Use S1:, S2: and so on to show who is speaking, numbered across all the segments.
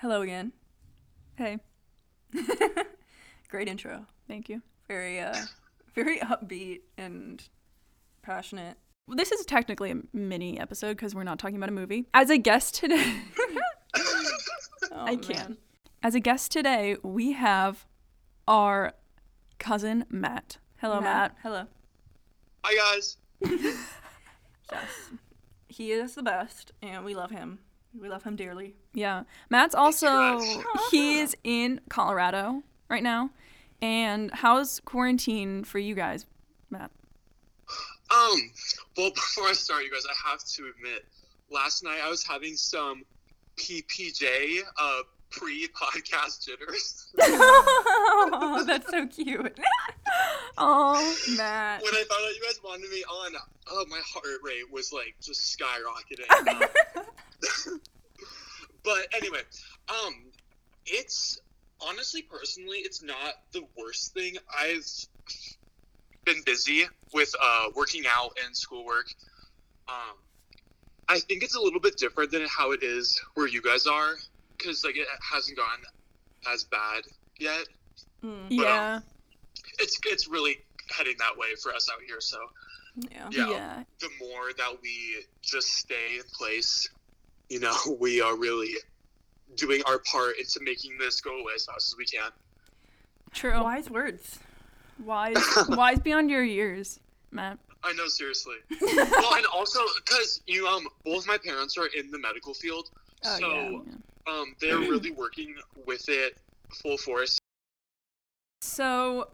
S1: Hello again. Hey. Great intro.
S2: Thank you.
S1: Very uh very upbeat and passionate.
S2: This is technically a mini episode because we're not talking about a movie. As a guest today,
S1: Oh,
S2: I can't. as a guest today, we have our cousin Matt. Hello,
S1: Hello,
S2: Matt.
S1: Matt. Hello.
S3: Hi guys.
S1: Yes. He is the best and we love him. We love him dearly.
S2: Yeah, Matt's also
S3: much.
S2: he's in Colorado right now. And how's quarantine for you guys, Matt?
S3: Um, well, before I start, you guys, I have to admit, last night I was having some PPJ uh, pre-podcast jitters
S1: oh, that's so cute.
S2: Oh,
S1: Matt.
S3: when I found out you guys wanted me on. Oh, my heart rate was like just skyrocketing. Um, but anyway, um, it's honestly, personally, it's not the worst thing. I've been busy with uh, working out and schoolwork. Um, I think it's a little bit different than how it is where you guys are, because like it hasn't gone as bad yet.
S1: Mm,
S2: yeah,
S3: It's it's really heading that way for us out here. So
S1: yeah.
S3: yeah.
S2: yeah.
S3: the more that we just stay in place, you know, we are really doing our part into making this go away as fast as we can.
S2: True.
S1: Wise words.
S2: Wise, wise beyond your years, Matt.
S3: I know, seriously. well, and also because you, um, both my parents are in the medical field,
S1: Oh,
S3: so
S1: yeah.
S3: um, they're
S2: Mm-hmm.
S3: really working with it full force.
S2: So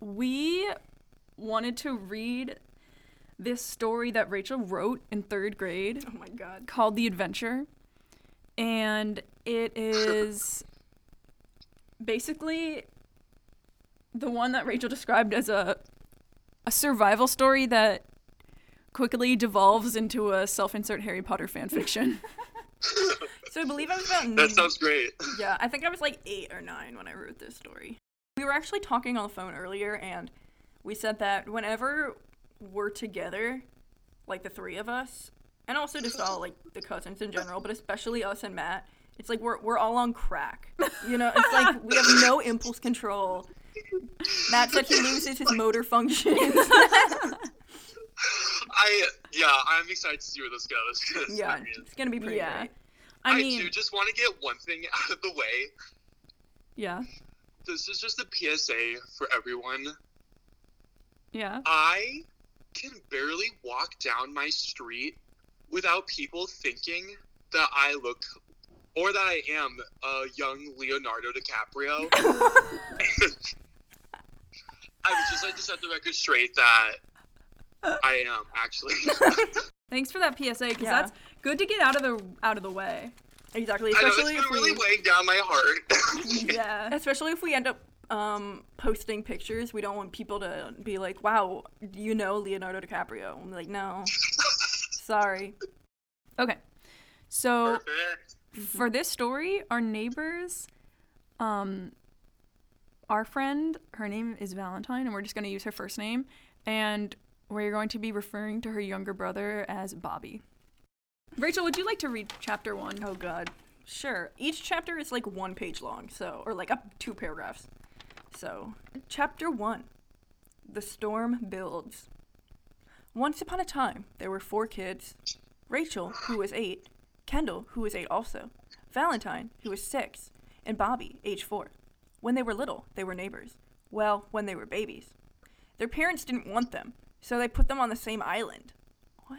S2: we wanted to read this story that Rachel wrote in third grade
S1: Oh my god.
S2: called The Adventure. And it is basically the one that Rachel described as a a survival story that quickly devolves into a self-insert Harry Potter fan fiction.
S1: So I believe I was about
S3: That sounds great.
S1: Yeah, I think I was like eight or nine when I wrote this story. We were actually talking on the phone earlier, and we said that whenever we're together, like the three of us, and also just all like the cousins in general, but especially us and Matt, it's like we're, we're all on crack. You know, it's like we have no impulse control. Matt said he loses his motor functions.
S3: I yeah, I'm excited to see where this goes. 'cause, I
S1: yeah,
S3: mean,
S1: it's gonna be pretty
S2: Yeah.
S1: great.
S2: I
S3: I do
S2: mean,
S3: just want to get one thing out of the way.
S2: yeah.
S3: This is just a PSA for everyone.
S2: Yeah.
S3: I can barely walk down my street without people thinking that I look or that I am a young Leonardo DiCaprio. I would just like to set the record straight that I am actually.
S2: Thanks for that PSA cuz
S1: Yeah.
S2: that's good to get out of the out of the way.
S1: Exactly.
S3: I know it's
S1: Especially
S3: been
S1: if we
S3: really weighing down my heart.
S2: Yeah.
S1: Especially if we end up um, posting pictures, we don't want people to be like, "Wow, you know Leonardo DiCaprio." I'm like, "No, sorry."
S2: Okay. So
S3: Perfect.
S2: for this story, our neighbors, um, our friend, her name is Valentine, and we're just going to use her first name, and we're going to be referring to her younger brother as Bobby. Rachel, would you like to read chapter one?
S1: Oh God. Sure. Each chapter is like one page long, so or like up two paragraphs. So, chapter one: The storm builds. Once upon a time, there were four kids: Rachel, who was eight; Kendall, who was eight also; Valentine, who was six; and Bobby, age four. When they were little, they were neighbors. Well, when they were babies, their parents didn't want them, so they put them on the same island. What?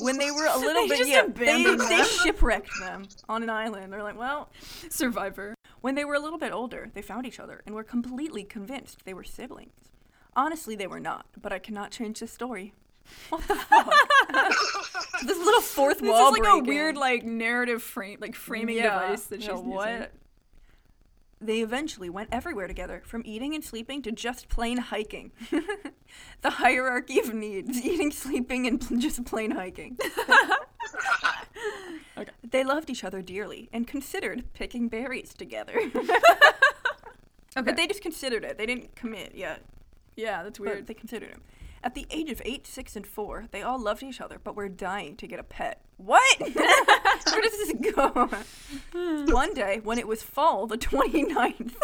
S1: When they were a little
S2: They
S1: bit,
S2: just
S1: yeah, they,
S2: abandoned
S1: they
S2: them.
S1: shipwrecked them on an island. They're like, well,
S2: Survivor.
S1: when they were a little bit older, they found each other and were completely convinced they were siblings. Honestly, they were not, but I cannot change the story. What the fuck? this little fourth
S2: This
S1: wall
S2: is like
S1: breaking.
S2: a weird like narrative frame, like framing
S1: Yeah.
S2: device that she's
S1: Yeah, what?
S2: using.
S1: They eventually went everywhere together, from eating and sleeping to just plain hiking. the hierarchy of needs eating, sleeping, and pl- just plain hiking.
S2: Okay.
S1: They loved each other dearly and considered picking berries together.
S2: Okay.
S1: But they just considered it. They didn't commit yet,
S2: yeah, that's
S1: but
S2: weird.
S1: they considered it. At the age of eight, six, and four, they all loved each other, but were dying to get a pet. What? Where does this go? One day, when it was fall, the 29th.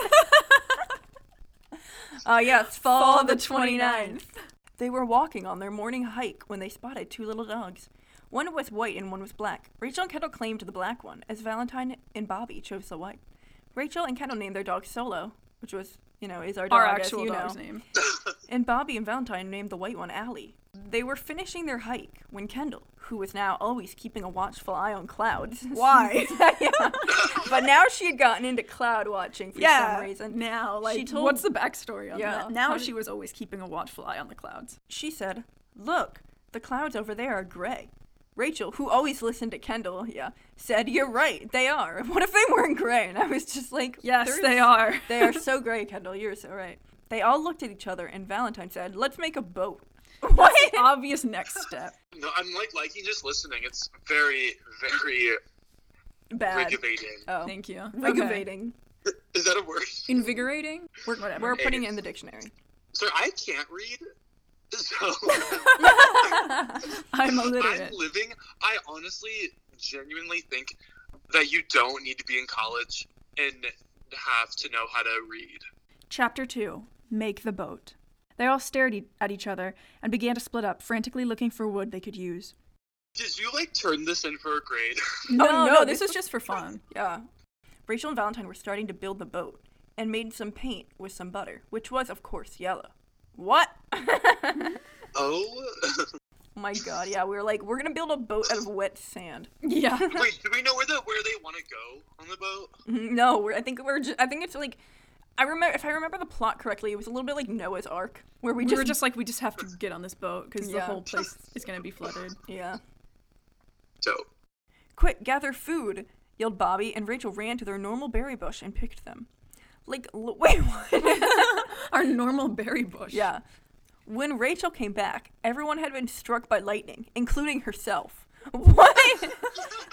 S1: uh, yeah, it's fall,
S2: Fall
S1: the
S2: the 29th.
S1: 29th. They were walking on their morning hike when they spotted two little dogs. One was white and one was black. Rachel and Kendall claimed the black one, as Valentine and Bobby chose the white. Rachel and Kendall named their dog Solo, which was, you know, is our dog,
S2: Our
S1: as
S2: actual
S1: you
S2: dog's
S1: know.
S2: name.
S1: And Bobby and Valentine named the white one Allie. They were finishing their hike when Kendall, who was now always keeping a watchful eye on clouds,
S2: Why?
S1: Yeah. But now she had gotten into cloud watching for
S2: yeah.
S1: some reason.
S2: Now, like,
S1: told-
S2: what's the backstory on
S1: Yeah.
S2: that? Now
S1: How
S2: she
S1: did-
S2: was always keeping a watchful eye on the clouds.
S1: She said, "Look, the clouds over there are gray." Rachel, who always listened to Kendall, yeah, said, "You're right, they are. What if they weren't gray?" And I was just like,
S2: Yes,
S1: "There
S2: they
S1: is-
S2: are.
S1: they are so gray, Kendall. You're so right." They all looked at each other, and Valentine said, "Let's make a boat."
S2: what? obvious next step.
S3: No, I'm like liking just listening. It's very, very
S1: Bad.
S3: rejuvenating.
S1: Oh,
S2: Thank you.
S1: Rejuvenating.
S3: Is that a word?
S2: Okay. Invigorating? Work whatever.
S1: We're putting it in the dictionary.
S3: So I can't read. So
S2: I'm
S3: I'm
S2: illiterate.
S3: living. I honestly, genuinely think that you don't need to be in college and have to know how to read.
S2: Chapter 2 Make the Boat. They all stared e- at each other and began to split up, frantically looking for wood they could use.
S3: Did you like turn this in for a grade?
S1: No,
S2: oh, no,
S1: no,
S2: this
S1: this
S2: was just for fun.
S1: Yeah. Rachel and Valentine were starting to build the boat and made some paint with some butter, which was, of course, yellow. What?
S3: oh,
S1: My God, yeah, we were like, we're gonna build a boat out of wet sand.
S2: Yeah.
S3: wait. Do we know where the where they want to go on the boat?
S1: No, we're, I think we're. Just, I think it's like, I remember if I remember the plot correctly, it was a little bit like Noah's Ark, where we
S2: We
S1: just,
S2: were just like, we just have to get on this boat because the
S1: Yeah.
S2: whole place is going to be flooded.
S1: yeah.
S3: So
S1: Quick, gather food! yelled Bobby, and Rachel ran to their normal berry bush and picked them. Like, l- wait, what?
S2: Our normal berry bush.
S1: yeah. When Rachel came back, everyone had been struck by lightning, including herself. What?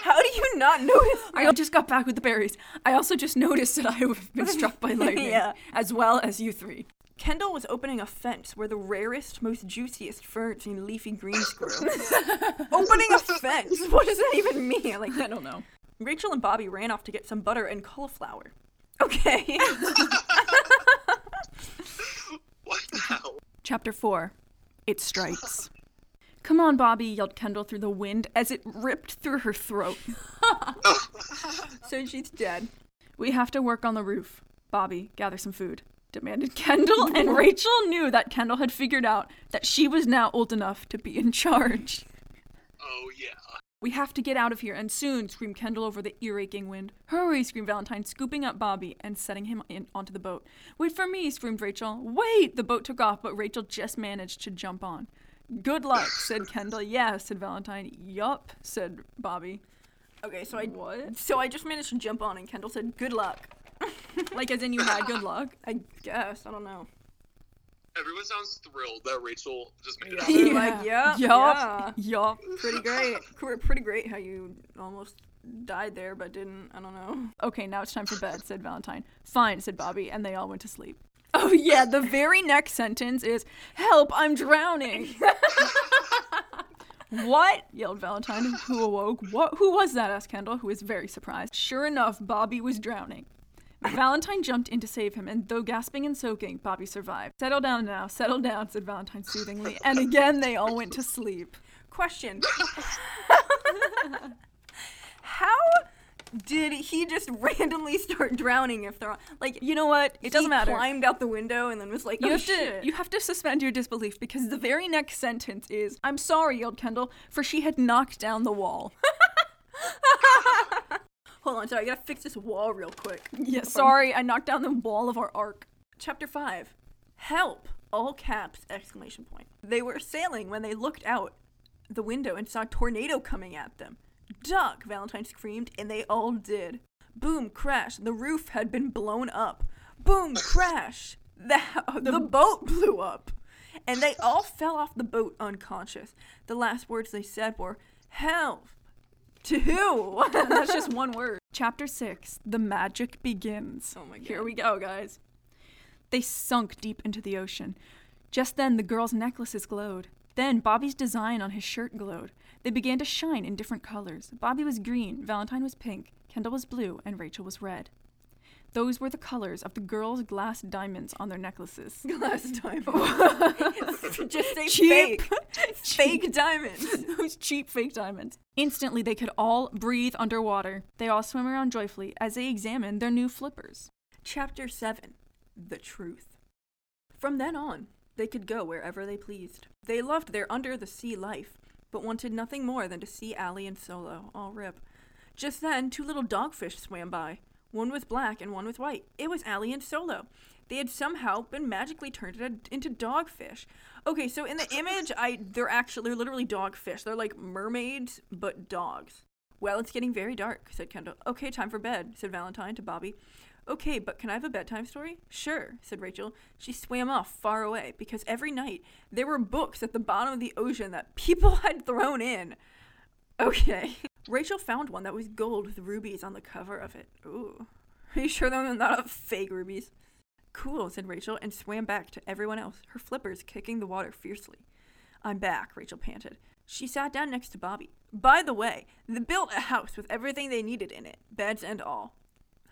S1: How do you not notice?
S2: I just got back with the berries. I also just noticed that I have been struck by lightning,
S1: Yeah.
S2: as well as you three.
S1: Kendall was opening a fence where the rarest, most juiciest ferns and leafy greens grew. opening a fence? What does that even mean? Like,
S2: I don't know.
S1: Rachel and Bobby ran off to get some butter and cauliflower. Okay.
S3: what the hell?
S2: Chapter 4 It Strikes. Come on, Bobby, yelled Kendall through the wind as it ripped through her throat.
S1: so she's dead.
S2: We have to work on the roof. Bobby, gather some food, demanded Kendall, and Rachel knew that Kendall had figured out that she was now old enough to be in charge.
S3: Oh yeah.
S2: We have to get out of here, and soon, screamed Kendall over the ear aching wind. Hurry, screamed Valentine, scooping up Bobby and setting him in onto the boat. Wait for me, screamed Rachel. Wait! The boat took off, but Rachel just managed to jump on. Good luck, said Kendall. Yeah, said Valentine. Yup, said Bobby.
S1: Okay, so I
S2: What?
S1: so I just managed to jump on, and Kendall said, "Good luck."
S2: Like, as in you had good luck.
S1: I guess I don't know.
S3: Everyone sounds thrilled that Rachel just made it
S1: Yeah.
S3: out.
S1: You're like, yup,
S2: yup, yup.
S1: Pretty great. Cor- Pretty great how you almost died there, but didn't. I don't know.
S2: Okay, now it's time for bed, said Valentine. Fine, said Bobby, and they all went to sleep. Oh, yeah, the very next sentence is Help, I'm drowning. what? yelled Valentine, who awoke. What? Who was that? asked Kendall, who was very surprised. Sure enough, Bobby was drowning. Valentine jumped in to save him, and though gasping and soaking, Bobby survived. Settle down now, settle down, said Valentine soothingly, and again they all went to sleep.
S1: Question: How did he just randomly start drowning? If they're on? like,
S2: You know what? It doesn't
S1: he
S2: matter.
S1: Climbed out the window and then was like,
S2: You
S1: "Oh
S2: have
S1: shit!"
S2: to you have to suspend your disbelief because the very next sentence is I'm sorry, yelled Kendall, for she had knocked down the wall.
S1: Hold on, sorry, I gotta fix this wall real quick.
S2: yeah, sorry, I knocked down the wall of our ark.
S1: Chapter 5 Help! All caps! Exclamation point. They were sailing when they looked out the window and saw a tornado coming at them. Duck! Valentine screamed, and they all did. Boom! Crash! The roof had been blown up. Boom! Crash! The, the boat blew up. And they all fell off the boat unconscious. The last words they said were, Help! To who? Oh
S2: That's just one word. Chapter 6 The Magic Begins.
S1: Oh my
S2: Here
S1: God.
S2: we go, guys. They sunk deep into the ocean. Just then the girl's necklaces glowed. Then Bobby's design on his shirt glowed. They began to shine in different colors. Bobby was green, Valentine was pink, Kendall was blue, and Rachel was red. Those were the colors of the girls' glass diamonds on their necklaces.
S1: Glass diamond. Just say
S2: Cheap.
S1: fake. Fake diamonds.
S2: Those cheap fake diamonds. Instantly, they could all breathe underwater. They all swim around joyfully as they examined their new flippers.
S1: Chapter 7 The Truth. From then on, they could go wherever they pleased. They loved their under the sea life, but wanted nothing more than to see Allie and Solo, all rip. Just then, two little dogfish swam by. One was black and one was white. It was Allie and Solo. They had somehow been magically turned in- into dogfish. Okay, so in the image, I they're actually they're literally dogfish. They're like mermaids but dogs. Well, it's getting very dark, said Kendall. Okay, time for bed, said Valentine to Bobby. Okay, but can I have a bedtime story? Sure, said Rachel. She swam off far away because every night there were books at the bottom of the ocean that people had thrown in. Okay. Rachel found one that was gold with rubies on the cover of it. Ooh. Are you sure those are not fake rubies? Cool, said Rachel, and swam back to everyone else, her flippers kicking the water fiercely. I'm back, Rachel panted. She sat down next to Bobby. By the way, they built a house with everything they needed in it, beds and all.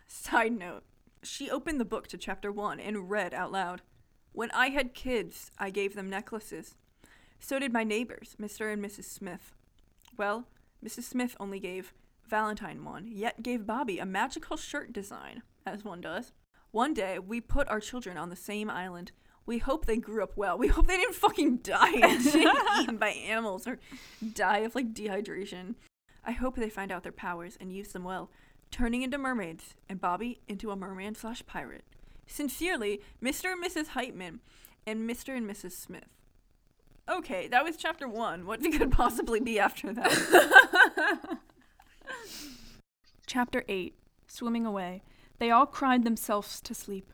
S1: Side note. She opened the book to chapter one and read out loud. When I had kids, I gave them necklaces. So did my neighbors, Mr. and Mrs. Smith. Well, Mrs. Smith only gave Valentine one, yet gave Bobby a magical shirt design, as one does. One day, we put our children on the same island. We hope they grew up well. We hope they didn't fucking die and get eaten by animals or die of like dehydration. I hope they find out their powers and use them well, turning into mermaids and Bobby into a merman slash pirate. Sincerely, Mr. and Mrs. Heitman and Mr. and Mrs. Smith. Okay, that was chapter one. What could possibly be after that?
S2: Chapter 8 Swimming Away. They all cried themselves to sleep.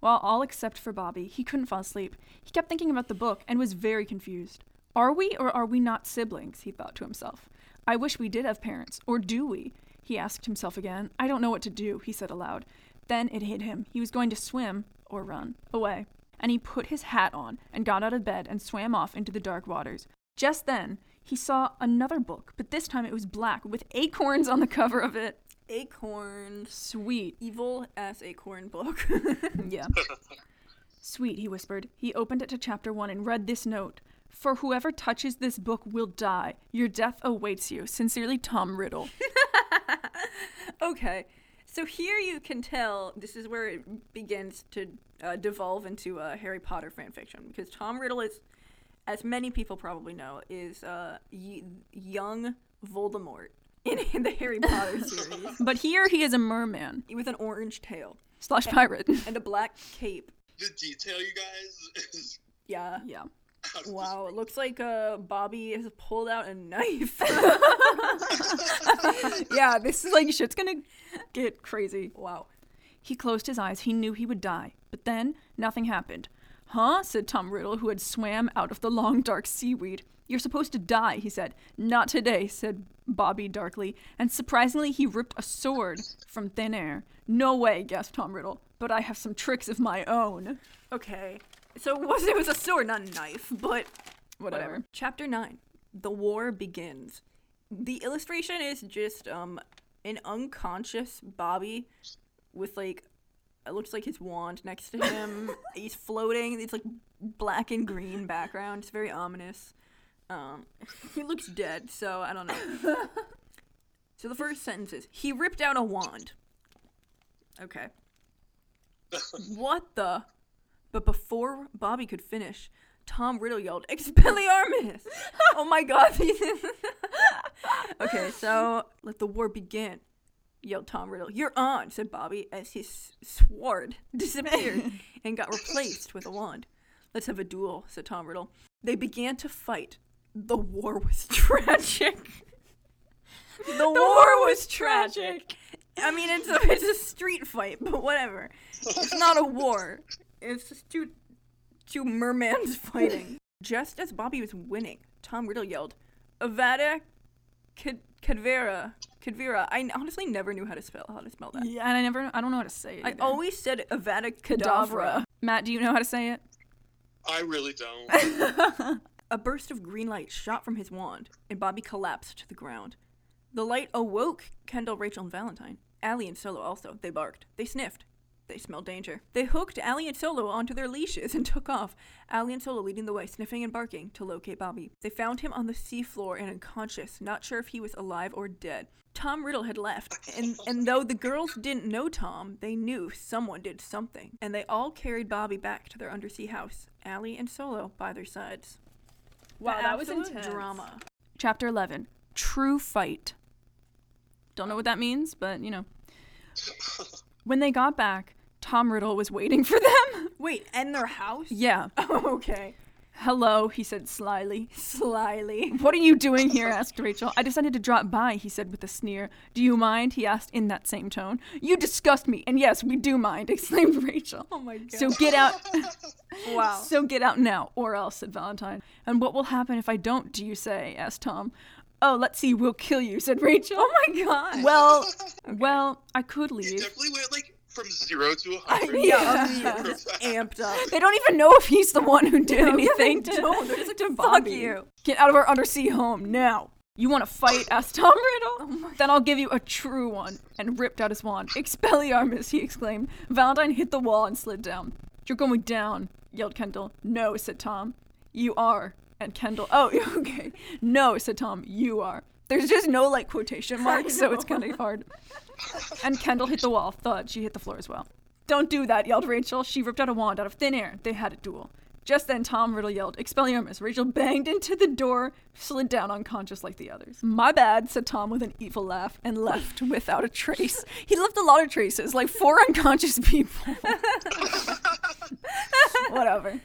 S2: Well, all except for Bobby. He couldn't fall asleep. He kept thinking about the book and was very confused. Are we or are we not siblings? He thought to himself. I wish we did have parents. Or do we? He asked himself again. I don't know what to do, he said aloud. Then it hit him. He was going to swim or run away. And he put his hat on and got out of bed and swam off into the dark waters. Just then, he saw another book, but this time it was black with acorns on the cover of it.
S1: Acorns.
S2: Sweet.
S1: Evil ass acorn book.
S2: Yeah. Sweet, he whispered. He opened it to chapter one and read this note For whoever touches this book will die. Your death awaits you. Sincerely, Tom Riddle.
S1: okay, so here you can tell this is where it begins to uh, devolve into uh, Harry Potter fanfiction because Tom Riddle is, as many people probably know, is uh, y- young Voldemort in, in the Harry Potter series
S2: but here he is a merman
S1: with an orange tail
S2: slash pirate.
S1: and a black cape.
S3: The detail, you guys, is
S1: Yeah.
S2: yeah.
S3: out of
S1: Wow, it looks like uh, Bobby has pulled out a knife.
S2: Yeah, this is like shit's gonna get crazy.
S1: wow.
S2: He closed his eyes. He knew he would die. But then nothing happened. Huh? said Tom Riddle, who had swam out of the long dark seaweed. You're supposed to die, he said. Not today, said Bobby darkly, and surprisingly he ripped a sword from thin air. No way, gasped Tom Riddle, but I have some tricks of my own.
S1: Okay. So it was, it was a sword, not a knife, but
S2: Whatever.
S1: Chapter 9 The War Begins. The illustration is just um an unconscious Bobby with like it looks like his wand next to him. He's floating. It's like black and green background. It's very ominous. Um, he looks dead, so I don't know. so the first sentence is he ripped out a wand. Okay. what the? But before Bobby could finish, Tom Riddle yelled, Expelliarmus! oh my god. okay, so let the war begin, yelled Tom Riddle. You're on, said Bobby as his sword disappeared and got replaced with a wand. Let's have a duel, said Tom Riddle. They began to fight. The war was tragic. The, war, was tragic. I mean, it's a, it's a street fight, but whatever. It's not a war. It's just two two mermans fighting. Just as Bobby was winning, Tom Riddle yelled, "Avada Ked- Kedavra, Kedavra." I n- honestly never knew how to spell how to spell that.
S2: Yeah, and I never I Oh, don't know how to say it.
S1: I
S2: either.
S1: always said Avada Kedavra.
S2: Matt, do you know how to say it?
S3: I really don't.
S1: A burst of green light shot from his wand, and Bobby collapsed to the ground. The light awoke Kendall, Rachel, and Valentine. Allie and Solo also. They barked. They sniffed. They smelled danger. They hooked Allie and Solo onto their leashes and took off, Allie and Solo leading the way, sniffing and barking, to locate Bobby. They found him on the seafloor and unconscious, not sure if he was alive or dead. Tom Riddle had left, and, and though the girls didn't know Tom, they knew someone did something, and they all carried Bobby back to their undersea house, Allie and Solo by their sides.
S4: Wow,
S1: The
S4: that was
S1: absolute
S4: intense.
S1: drama.
S2: Chapter 11 True Fight. Don't know what that means, but you know. When they got back, Tom Riddle was waiting for them.
S1: Wait, and their house?
S2: yeah.
S1: okay.
S2: Hello, he said slyly.
S1: Slyly.
S2: What are you doing here? asked Rachel. I decided to drop by, he said with a sneer. Do you mind? he asked in that same tone. You disgust me, and yes, we do mind, exclaimed Rachel.
S1: Oh my god.
S2: So get out.
S1: wow.
S2: So get out now, or else, said Valentine. And what will happen if I don't, do you say? asked Tom. Oh, let's see, we'll kill you, said Rachel. Oh my
S1: God.
S2: Well, well, I could
S3: It
S2: leave.
S3: definitely went like from zero to a hundred.
S1: yeah,
S2: Yeah.
S1: I'm just amped up.
S2: They don't even know if he's the one who did
S1: they
S2: anything to,
S1: don't. They're just
S2: to
S1: "Fuck
S2: Bobby.
S1: you."
S2: Get out of our undersea home now. You want to fight? asked Tom
S1: Oh
S2: Riddle. then I'll give you a true one. And ripped out his wand. Expelliarmus, he exclaimed. Valentine hit the wall and slid down. You're going down, yelled Kendall. No, said Tom. You are. And Kendall, oh, okay. No, said Tom, you are. There's just no like quotation marks, so it's kind of hard. And Kendall hit the wall. Thud, she hit the floor as well. Don't do that, yelled Rachel. She ripped out a wand out of thin air. They had a duel. Just then, Tom Riddle yelled, Expelliarmus. Rachel banged into the door, slid down unconscious like the others. My bad, said Tom with an evil laugh, and left without a trace. He left a lot of traces, like four unconscious people. Whatever.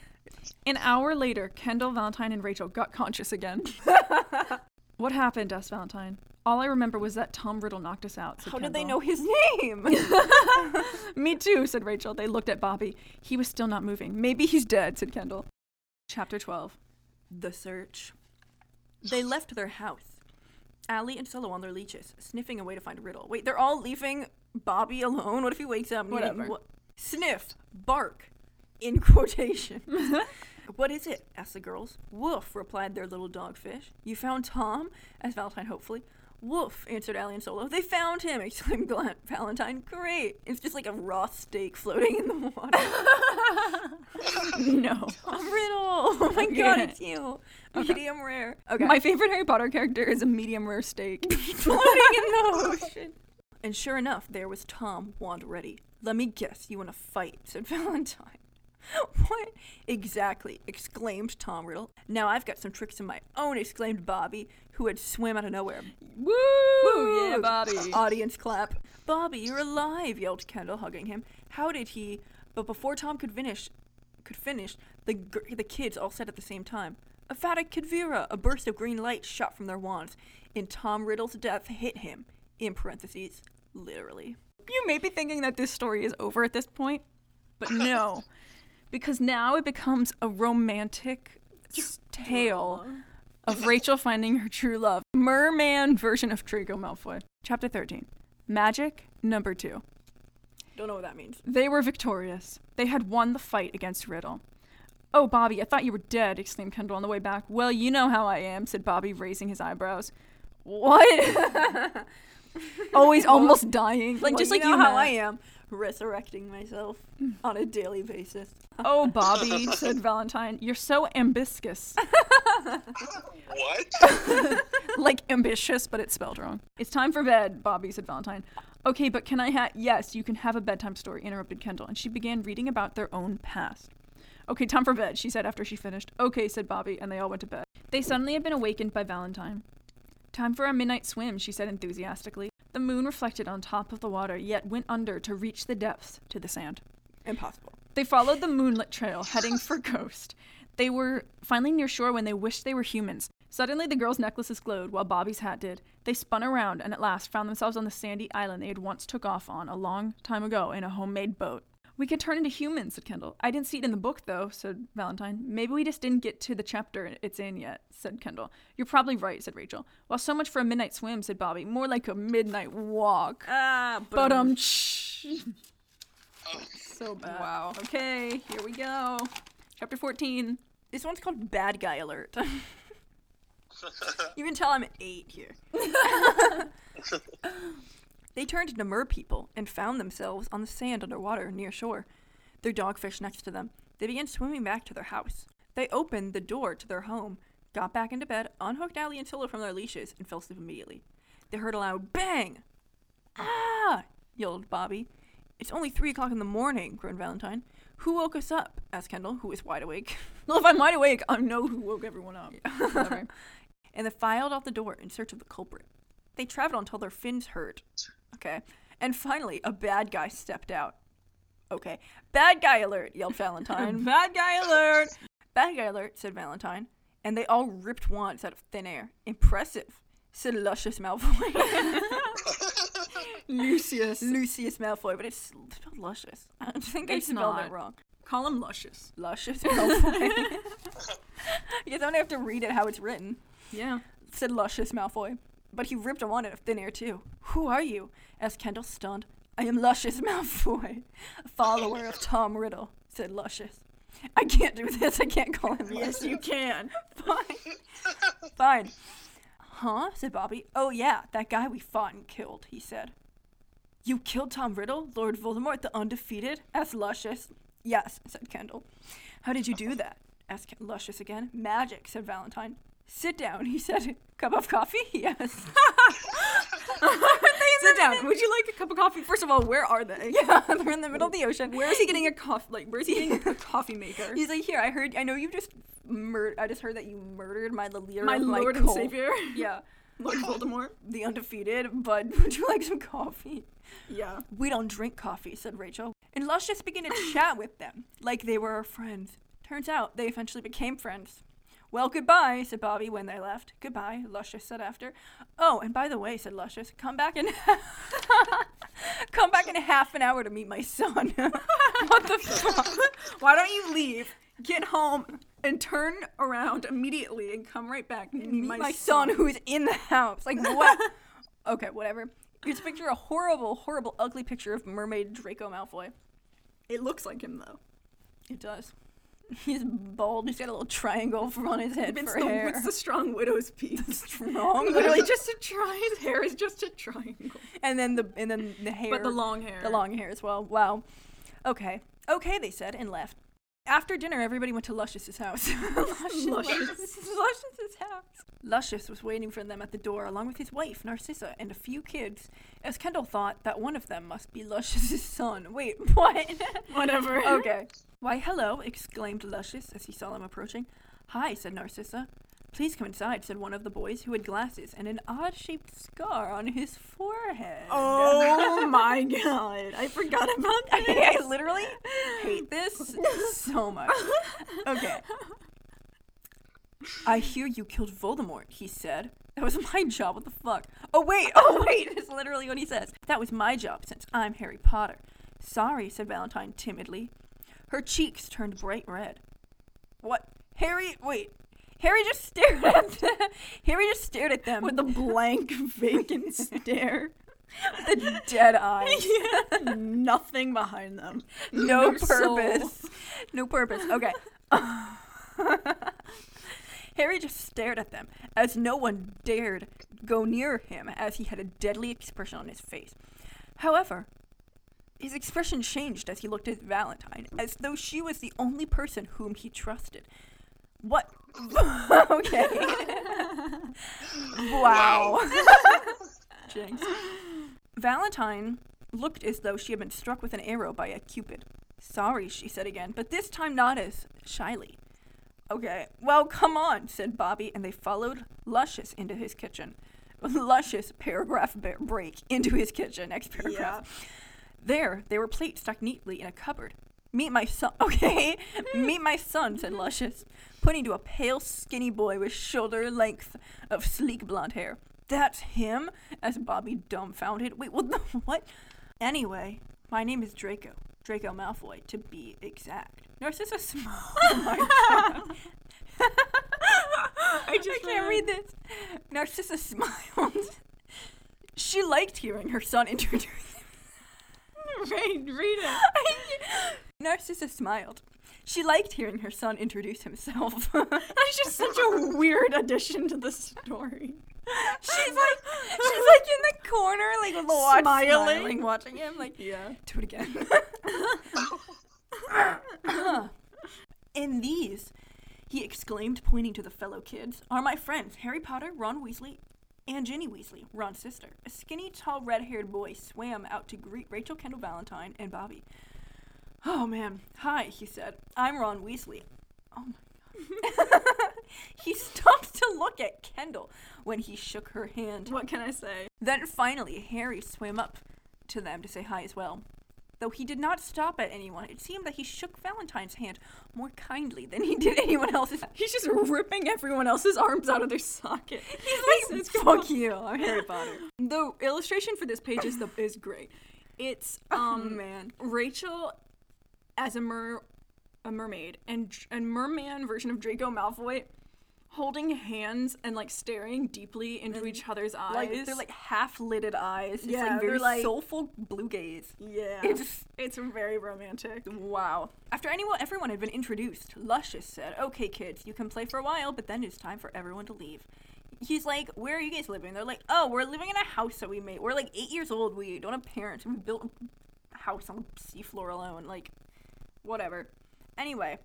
S2: An hour later, Kendall, Valentine, and Rachel got conscious again. what happened, asked Valentine. All I remember was that Tom Riddle knocked us out. said
S1: How did they
S2: Kendall.
S1: know his name?
S2: Me too, said Rachel. They looked at Bobby. He was still not moving. Maybe he's dead, said Kendall. Chapter 12.
S1: the search. They left their house. Allie and Solo on their leeches, sniffing away to find Riddle. Wait, they're all leaving Bobby alone? What if he wakes up? and he's like,
S2: Whatever.
S1: "What- Sniff, bark, in quotation. what is it? asked the girls. Woof, replied their little dogfish. You found Tom? asked Valentine hopefully. Woof, answered Allie and Solo. They found him, exclaimed Gla- Valentine. Great. It's just like a raw steak floating in the water.
S2: No.
S1: Tom Riddle! Oh my god,
S2: Yeah.
S1: it's you. Medium rare. Okay.
S2: My favorite Harry Potter character is a medium rare steak.
S1: floating in the ocean. And sure enough, there was Tom, wand ready. Let me guess, you want to fight, said Valentine. What? Exactly, exclaimed Tom Riddle. Now I've got some tricks of my own, exclaimed Bobby, who had swim out of nowhere.
S2: Woo!
S1: Woo!
S2: Oh,
S1: uh,
S2: Yeah, Bobby.
S1: Audience clap. Bobby, you're alive, yelled Kendall, hugging him. How did he? But before Tom could finish, could finish, the gr- the kids all said at the same time, "Avada Kedavra!" A burst of green light shot from their wands, and Tom Riddle's death hit him. In parentheses, literally.
S2: You may be thinking that this story is over at this point, but no. because now it becomes a romantic s- tale of Rachel finding her true love. Merman version of Draco Malfoy. Chapter 13. Magic number 2.
S1: Don't know what that means.
S2: They were victorious. They had won the fight against Riddle. Oh, Bobby, I thought you were dead, exclaimed Kendall on the way back. Well, you know how I am, said Bobby, raising his eyebrows. What? Always almost dying. Like
S1: Well,
S2: just like
S1: know how
S2: Matt.
S1: I am, resurrecting myself on a daily basis.
S2: Oh, Bobby, said Valentine, you're so ambiscus.
S3: what?
S2: like ambitious, but it's spelled wrong. It's time for bed, Bobby, said Valentine. Okay, but can I ha- yes, you can have a bedtime story, interrupted Kendall, and she began reading about their own past. Okay, time for bed, she said after she finished. Okay, said Bobby, and they all went to bed. They suddenly had been awakened by Valentine. Time for a midnight swim, she said enthusiastically. The moon reflected on top of the water, yet went under to reach the depths to the sand.
S1: Impossible.
S2: They followed the moonlit trail, heading for Ghost. They were finally near shore when they wished they were humans. Suddenly, the girls' necklaces glowed while Bobby's hat did. They spun around and at last found themselves on the sandy island they had once took off on a long time ago in a homemade boat. We could turn into humans, said Kendall. I didn't see it in the book, though, said Valentine. Maybe we just didn't get to the chapter it's in yet, said Kendall. You're probably right, said Rachel. Well, so much for a midnight swim, said Bobby. More like a midnight walk.
S1: Ah,
S2: But um,
S3: Oh,
S2: so bad. Wow. Okay, here we go. Chapter 14.
S1: This one's called Bad Guy Alert. you can tell I'm an eight here. they turned into mer people and found themselves on the sand underwater near shore. Their dogfish next to them. They began swimming back to their house. They opened the door to their home, got back into bed, unhooked Allie and Silla from their leashes, and fell asleep immediately. They heard a loud bang. Ah! yelled Bobby. It's only three o'clock in the morning, groaned Valentine. Who woke us up? asked Kendall, who is wide awake.
S2: Well, if I'm wide awake, I know who woke everyone up. Whatever.
S1: and they filed out the door in search of the culprit. They traveled until their fins hurt. Okay. And finally, a bad guy stepped out. Okay. Bad guy alert, yelled Valentine.
S2: Bad guy alert!
S1: bad guy alert, said Valentine. And they all ripped wands out of thin air. Impressive, said Luscious Malfoy.
S2: Lucius.
S1: Lucius Malfoy, but it's spelled luscious. I think
S2: It's
S1: I spelled
S2: not.
S1: it wrong.
S2: Call him Luscious.
S1: Luscious Malfoy. you don't have to read it how it's written.
S2: Yeah.
S1: said Luscious Malfoy. But he ripped a wand out of thin air, too. Who are you? asked Kendall, stunned. I am Luscious Malfoy, a follower of Tom Riddle, said Luscious. I can't do this. I can't call him Luscious.
S2: can.
S1: Fine. Fine. Huh? said Bobby. Oh, yeah, that guy we fought and killed, he said. You killed Tom Riddle, Lord Voldemort the Undefeated? asked Luscious. Yes, said Kendall. How did you do that? asked Ken- Luscious again. Magic, said Valentine. Sit down, he said. Cup of coffee? Yes.
S2: Sit down. Would you like a cup of coffee? First of all, where are they?
S1: yeah, they're in the middle of the ocean.
S2: Where is he getting a coffee? Like, where is he getting a coffee maker?
S1: He's like, here, I heard, I know you just mur- I just heard that you murdered my the leader
S2: my
S1: of
S2: lord
S1: my
S2: and
S1: cult."
S2: savior,
S1: Yeah,
S2: Lord Voldemort.
S1: the undefeated, but would you like some coffee?
S2: Yeah.
S1: We don't drink coffee, said Rachel. And Luscious began to chat with them, like they were our friends. Turns out they eventually became friends. Well, goodbye, said Bobby when they left. Goodbye, Luscious said after. Oh, and by the way, said Luscious, come back in come back in half an hour to meet my son.
S2: What the fuck? Why don't you leave? Get home and turn around immediately and come right back. and
S1: meet my, son, who's in the house. Like what? okay, whatever. Just picture a horrible, horrible, ugly picture of mermaid Draco Malfoy.
S2: It looks like him though.
S1: It does. He's bald. He's got a little triangle on his head
S2: It's
S1: for
S2: the,
S1: hair.
S2: What's the strong widow's piece?
S1: strong
S2: Literally just a tri. His hair is just a triangle.
S1: and then the and then the hair
S2: But the long hair.
S1: the long hair as well wow okay okay they said and left after dinner everybody went to luscious's house Luscious. luscious's house luscious was waiting for them at the door along with his wife narcissa and a few kids as kendall thought that one of them must be luscious's son wait what
S2: Whatever.
S1: okay why hello exclaimed luscious as he saw them approaching hi said narcissa Please come inside, said one of the boys who had glasses and an odd shaped scar on his forehead.
S2: Oh my god. I forgot about that.
S1: I literally hate this so much. Okay. I hear you killed Voldemort, he said. That was my job. What the fuck? Oh, wait. Oh, wait. It's literally what he says. That was my job since I'm Harry Potter. Sorry, said Valentine timidly. Her cheeks turned bright red. What? Harry, wait. Harry just stared at them. Harry just stared at them
S2: With a blank, vacant stare.
S1: the dead eyes.
S2: Nothing behind them.
S1: no
S2: Their soul.
S1: purpose. No purpose. Okay. Harry just stared at them as no one dared go near him as he had a deadly expression on his face. However, his expression changed as he looked at Valentine, as though she was the only person whom he trusted. What? okay. wow. Jinx. Valentine looked as though she had been struck with an arrow by a cupid. Sorry, she said again, but this time not as shyly. Okay, well, come on, said Bobby, and they followed Luscious into his kitchen. Luscious, paragraph ba- break, into his kitchen, next paragraph. There, there were plates stuck neatly in a cupboard. Meet my son, okay? Meet my son, said Luscious, pointing to a pale, skinny boy with shoulder length of sleek blonde hair. That's him? As Bobby dumbfounded. Wait, what the what? Anyway, my name is Draco. Draco Malfoy, to be exact. Narcissa Small. Oh my god. I
S2: just
S1: can't read this. Narcissa smiled. she liked hearing her son introduce him.
S2: Read, read it.
S1: Narcissa smiled. She liked hearing her son introduce himself.
S2: That's just such a weird addition to the story.
S1: she's like she's like in the corner, like with the watch
S2: Smiling.
S1: smiling, watching him, like
S2: Yeah.
S1: do it again. and these, he exclaimed, pointing to the fellow kids, are my friends Harry Potter, Ron Weasley, and Ginny Weasley, Ron's sister. A skinny, tall, red haired boy swam out to greet Rachel Kendall Valentine and Bobby. Oh man, hi, he said. I'm Ron Weasley. Oh my god. he stopped to look at Kendall when he shook her hand.
S2: What can I say?
S1: Then finally, Harry swam up to them to say hi as well. Though he did not stop at anyone, it seemed that he shook Valentine's hand more kindly than he did anyone else's.
S2: He's just ripping everyone else's arms out of their socket.
S1: He's like,
S2: It's- it's
S1: fuck you, I'm Harry Potter.
S2: The illustration for this page is the is great. It's um
S1: man.
S2: Rachel as a mer a mermaid and Dr- and merman version of Draco Malfoy holding hands and like staring deeply into each other's eyes.
S1: Like, they're like half lidded eyes. It's
S2: Yeah,
S1: like
S2: they're
S1: very
S2: like-
S1: soulful blue gaze.
S2: yeah.
S1: It's
S2: it's very romantic.
S1: Wow. After anyone, everyone had been introduced, Luscious said, Okay, kids, you can play for a while, but then it's time for everyone to leave. He's like, Where are you guys living? They're like, Oh, we're living in a house that we made. We're like eight years old. We don't have parents. We built a house on the seafloor alone. Like, whatever. Anyway,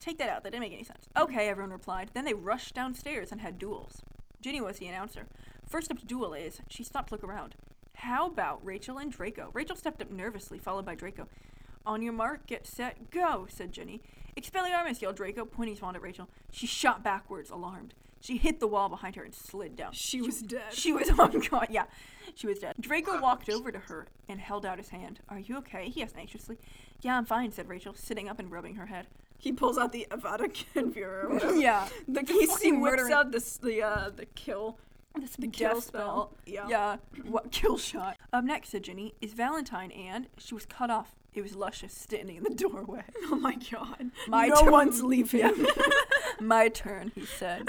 S1: take that out. That didn't make any sense. Okay, everyone replied. Then they rushed downstairs and had duels. Ginny was the announcer. First up to duel is, she stopped to look around. How about Rachel and Draco? Rachel stepped up nervously, followed by Draco. On your mark, get set, go, said Ginny. Expelliarmus, yelled Draco, pointing his wand at Rachel. She shot backwards, alarmed. She hit the wall behind her and slid down.
S2: She was dead.
S1: She was on God. Yeah, she was dead. Draco walked over to her and held out his hand. Are you okay? He asked anxiously. Yeah, I'm fine, said Rachel, sitting up and rubbing her head.
S2: he pulls out the Avada Kedavra.
S1: Yeah,
S2: The he's, he
S1: fucking
S2: whips
S1: murdering-
S2: out this the uh the kill
S1: This the
S2: kill
S1: death
S2: spell. Yeah.
S1: Yeah. What kill shot? Up next, said Ginny, is Valentine, and she was cut off. It was Luscious standing in the doorway.
S2: Oh my god.
S1: My
S2: no
S1: turn.
S2: one's leaving.
S1: My turn, he said.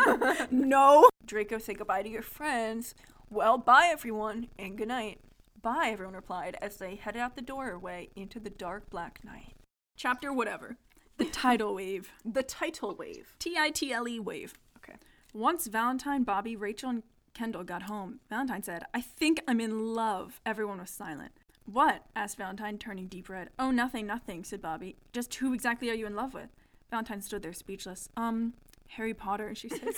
S2: no.
S1: Draco, say goodbye to your friends. Well, bye everyone, and good night. Bye, everyone replied as they headed out the doorway into the dark black night.
S2: Chapter whatever. The tidal wave.
S1: The title wave.
S2: T I T L E wave.
S1: Okay.
S2: Once Valentine, Bobby, Rachel, and Kendall got home, Valentine said, I think I'm in love. Everyone was silent. What? asked Valentine, turning deep red. Oh, nothing, nothing, said Bobby. Just who exactly are you in love with? Valentine stood there speechless. Um, Harry Potter, she said.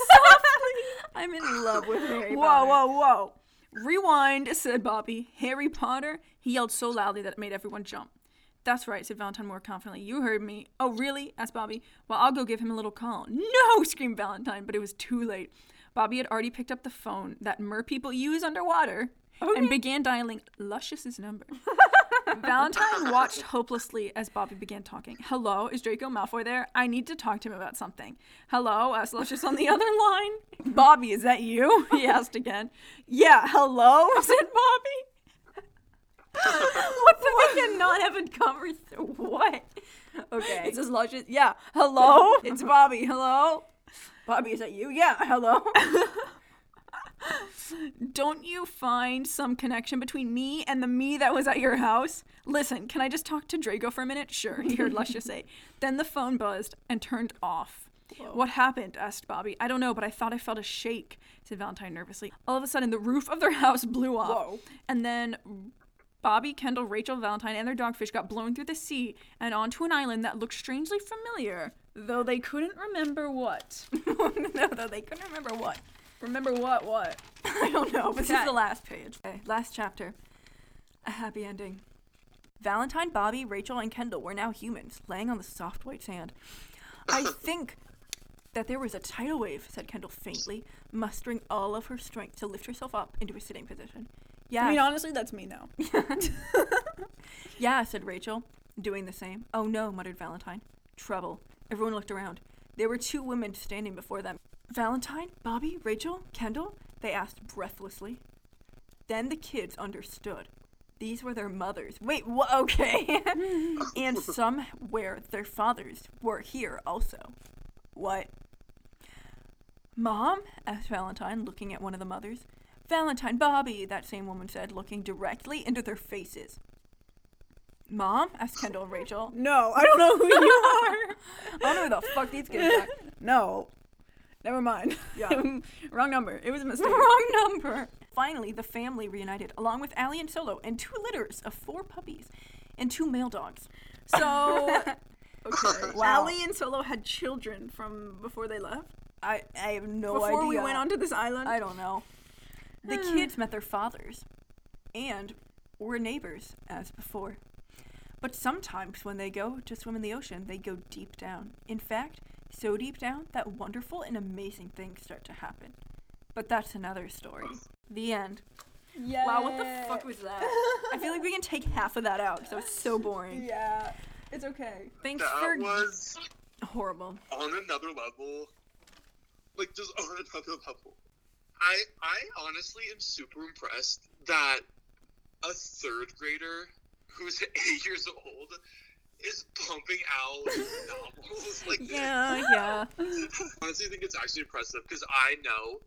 S1: I'm in love with Harry
S2: whoa, whoa, whoa. Rewind, said Bobby. Harry Potter? He yelled so loudly that it made everyone jump. That's right, said Valentine more confidently. You heard me. Oh, really? asked Bobby. Well, I'll go give him a little call. No, screamed Valentine, but it was too late. Bobby had already picked up the phone that mer people use underwater and began dialing Luscious's number. Valentine watched hopelessly as Bobby began talking. Hello, is Draco Malfoy there? I need to talk to him about something. Hello, asked Luscious on the other line. Bobby, is that you? He asked again. Yeah, hello, said Bobby. what the
S1: I cannot have a conversation. What? Okay.
S2: It's as Luscious. Yeah, hello, it's Bobby. Hello.
S1: Bobby, is that you? Yeah, hello.
S2: Don't you find some connection between me and the me that was at your house? Listen, can I just talk to Draco for a minute? Sure, he heard Luscious say. Then the phone buzzed and turned off. What happened? asked Bobby. I don't know, but I thought I felt a shake, said Valentine nervously. All of a sudden, the roof of their house blew off.
S1: Whoa.
S2: And then Bobby, Kendall, Rachel, Valentine, and their dogfish got blown through the sea and onto an island that looked strangely familiar, though they couldn't remember what.
S1: no, though they couldn't remember what.
S2: remember what, what?
S1: I don't know, but this is
S2: Okay.
S1: the last page. Okay, last chapter. A happy ending. Valentine, Bobby, Rachel, and Kendall were now humans, laying on the soft white sand. I think that there was a tidal wave, said Kendall faintly, mustering all of her strength to lift herself up into a sitting position. Yeah.
S2: I mean, honestly, that's me now.
S1: Yeah, said Rachel, doing the same. Oh no, muttered Valentine. Trouble. Everyone looked around. There were two women standing before them. Valentine, Bobby, Rachel, Kendall? They asked breathlessly. Then the kids understood. These were their mothers. Wait, what? Okay. and somewhere their fathers were here also. What? Mom? asked Valentine, looking at one of the mothers. Valentine, Bobby, that same woman said, looking directly into their faces. Mom? asked Kendall and Rachel.
S4: No, I don't know who you
S1: I don't know who the fuck these kids are.
S4: are. no. Never mind.
S1: Yeah.
S4: Wrong number. It was a mistake.
S1: Wrong number. Finally, the family reunited, along with Allie and Solo, and two litters of four puppies and two male dogs.
S4: So,
S1: Okay.
S4: Wow.
S1: Allie-
S4: Allie and Solo had children from before they left.
S1: I, I have no idea.
S4: before we went onto this island.
S1: I don't know. The kids met their fathers and were neighbors as before. But sometimes when they go to swim in the ocean, they go deep down. In fact, so deep down that wonderful and amazing things start to happen. But that's another story. The end.
S4: yeah.
S1: Wow, what the fuck was that? I feel like we can take half of that out because that was so boring.
S4: Yeah. It's okay.
S1: Thanks
S3: That
S1: for
S3: was
S1: horrible.
S3: on another level. Like just on another level. I I honestly am super impressed that a third grader who's eight years old is pumping out novels like this.
S1: Yeah, Uh, yeah.
S3: honestly think it's actually impressive because I know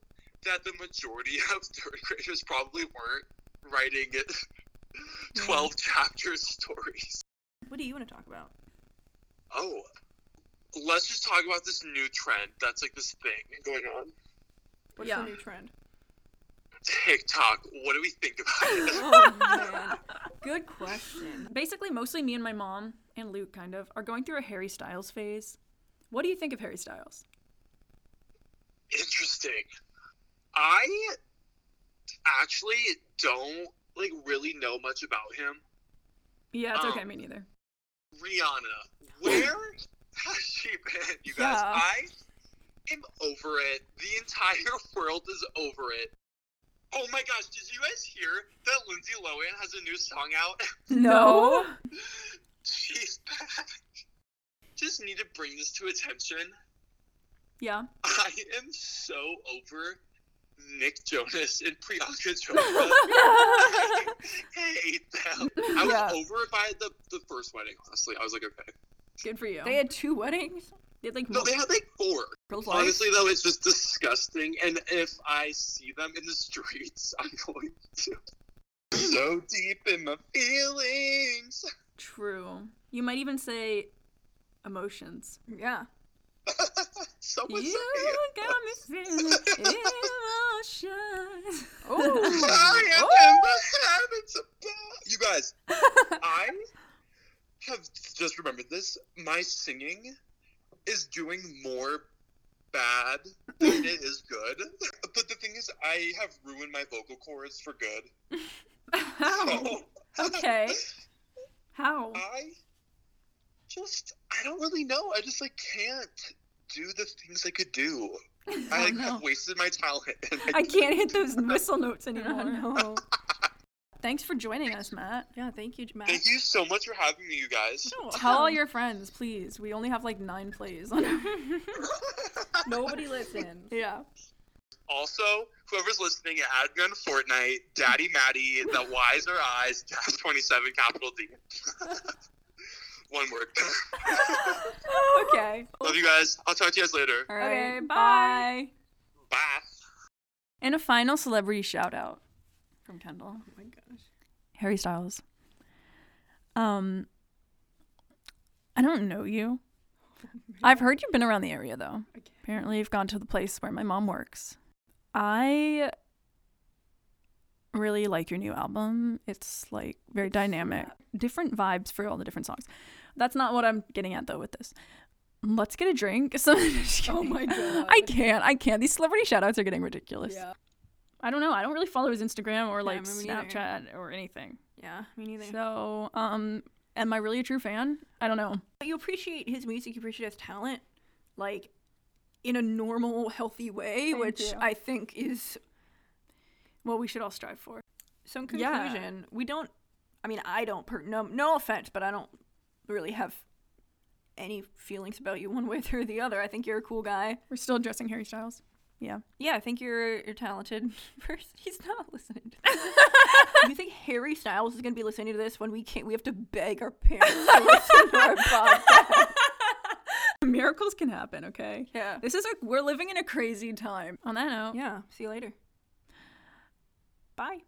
S3: that the majority of third graders probably weren't writing 12 chapter stories.
S1: What do you want to talk about?
S3: Oh, let's just talk about this new trend that's like this thing going on.
S1: What's
S4: Yeah.
S1: the new trend?
S3: TikTok, what do we think about it?
S1: Oh man, good question.
S2: Basically, mostly me and my mom and Luke kind of are going through a Harry Styles phase. What do you think of Harry Styles?
S3: Interesting. I actually don't like really know much about him.
S2: Yeah, it's
S3: Um,
S2: okay, me neither.
S3: Rihanna, where has she been, you guys?
S1: Yeah.
S3: I am over it. The entire world is over it. Oh my gosh, did you guys hear that Lindsay Lohan has a new song out?
S2: No.
S3: She's back. Just need to bring this to attention.
S2: Yeah.
S3: I am so over Nick Jonas and Priyanka Chopra. I hate them. I was
S1: Yeah.
S3: over it by the, the first wedding, honestly. I was like, okay.
S2: Good for you.
S1: They had two weddings.
S2: They had, like
S3: No, they
S2: mul-
S3: had like four.
S1: Girls' lives.
S3: Honestly, though, it's just disgusting. And if I see them in the streets, I'm going to. So deep in my feelings.
S2: True. You might even say emotions.
S1: Yeah.
S3: so much.
S2: You got me feeling emotions.
S1: Oh.
S3: I am in the habits of love. You guys, I have just remembered this. My singing is doing more bad than it is good. But the thing is, I have ruined my vocal cords for good. So-
S2: Okay. How?
S3: I just I don't really know. I just like can't do the things I could do. I like, have wasted my talent. And I,
S2: I can't hit those whistle notes anymore.
S1: no.
S2: Thanks for joining us, Matt.
S1: Yeah, thank you, Matt.
S3: thank you so much for having me, you guys.
S2: Tell all your friends, please. We only have like nine plays on our.
S1: Nobody listens.
S2: yeah.
S3: Also, whoever's listening at Adgun Fortnite, Daddy Maddie, the Wiser Eyes, Dash Twenty Seven, Capital D. One word.
S2: Okay.
S3: Love you guys. I'll talk to you guys later.
S2: All
S1: Okay,
S2: right.
S1: bye.
S2: bye.
S3: Bye.
S2: And a final celebrity shout out from Kendall.
S1: Oh my gosh.
S2: Harry Styles. Um I don't know you. I've heard you've been around the area though.
S1: Okay.
S2: Apparently you've gone to the place where my mom works. I really like your new album. It's like very dynamic. Different vibes for all the different songs. That's not what I'm getting at though with this. Let's get a drink. So, just
S1: Oh my
S2: kidding. I
S1: God.
S2: can't. I can't. These celebrity shout outs are getting ridiculous.
S1: Yeah.
S2: I don't know. I don't really follow his Instagram or like
S1: me neither.
S2: Snapchat or anything.
S1: Yeah, me neither.
S2: So, um, am I really a true fan? I don't know.
S1: But you appreciate his music, you appreciate his talent, like in a normal, healthy way,
S2: Thank
S1: which
S2: you.
S1: I think is
S2: What we should all strive for.
S1: so. In
S2: Yeah.
S1: conclusion, we don't. I mean, I don't. Per- no, no offense, but I don't really have any feelings about you one way or the other. I think you're a cool guy.
S2: We're still addressing Harry Styles. Yeah.
S1: Yeah, I think you're a talented person. He's not listening. To you think Harry Styles is gonna be listening to this when we can't? We have to beg our parents to listen to our podcast.
S2: Miracles can happen, okay?
S1: Yeah.
S2: This is a we're living in a crazy time. On that note.
S1: Yeah. See you later. Bye.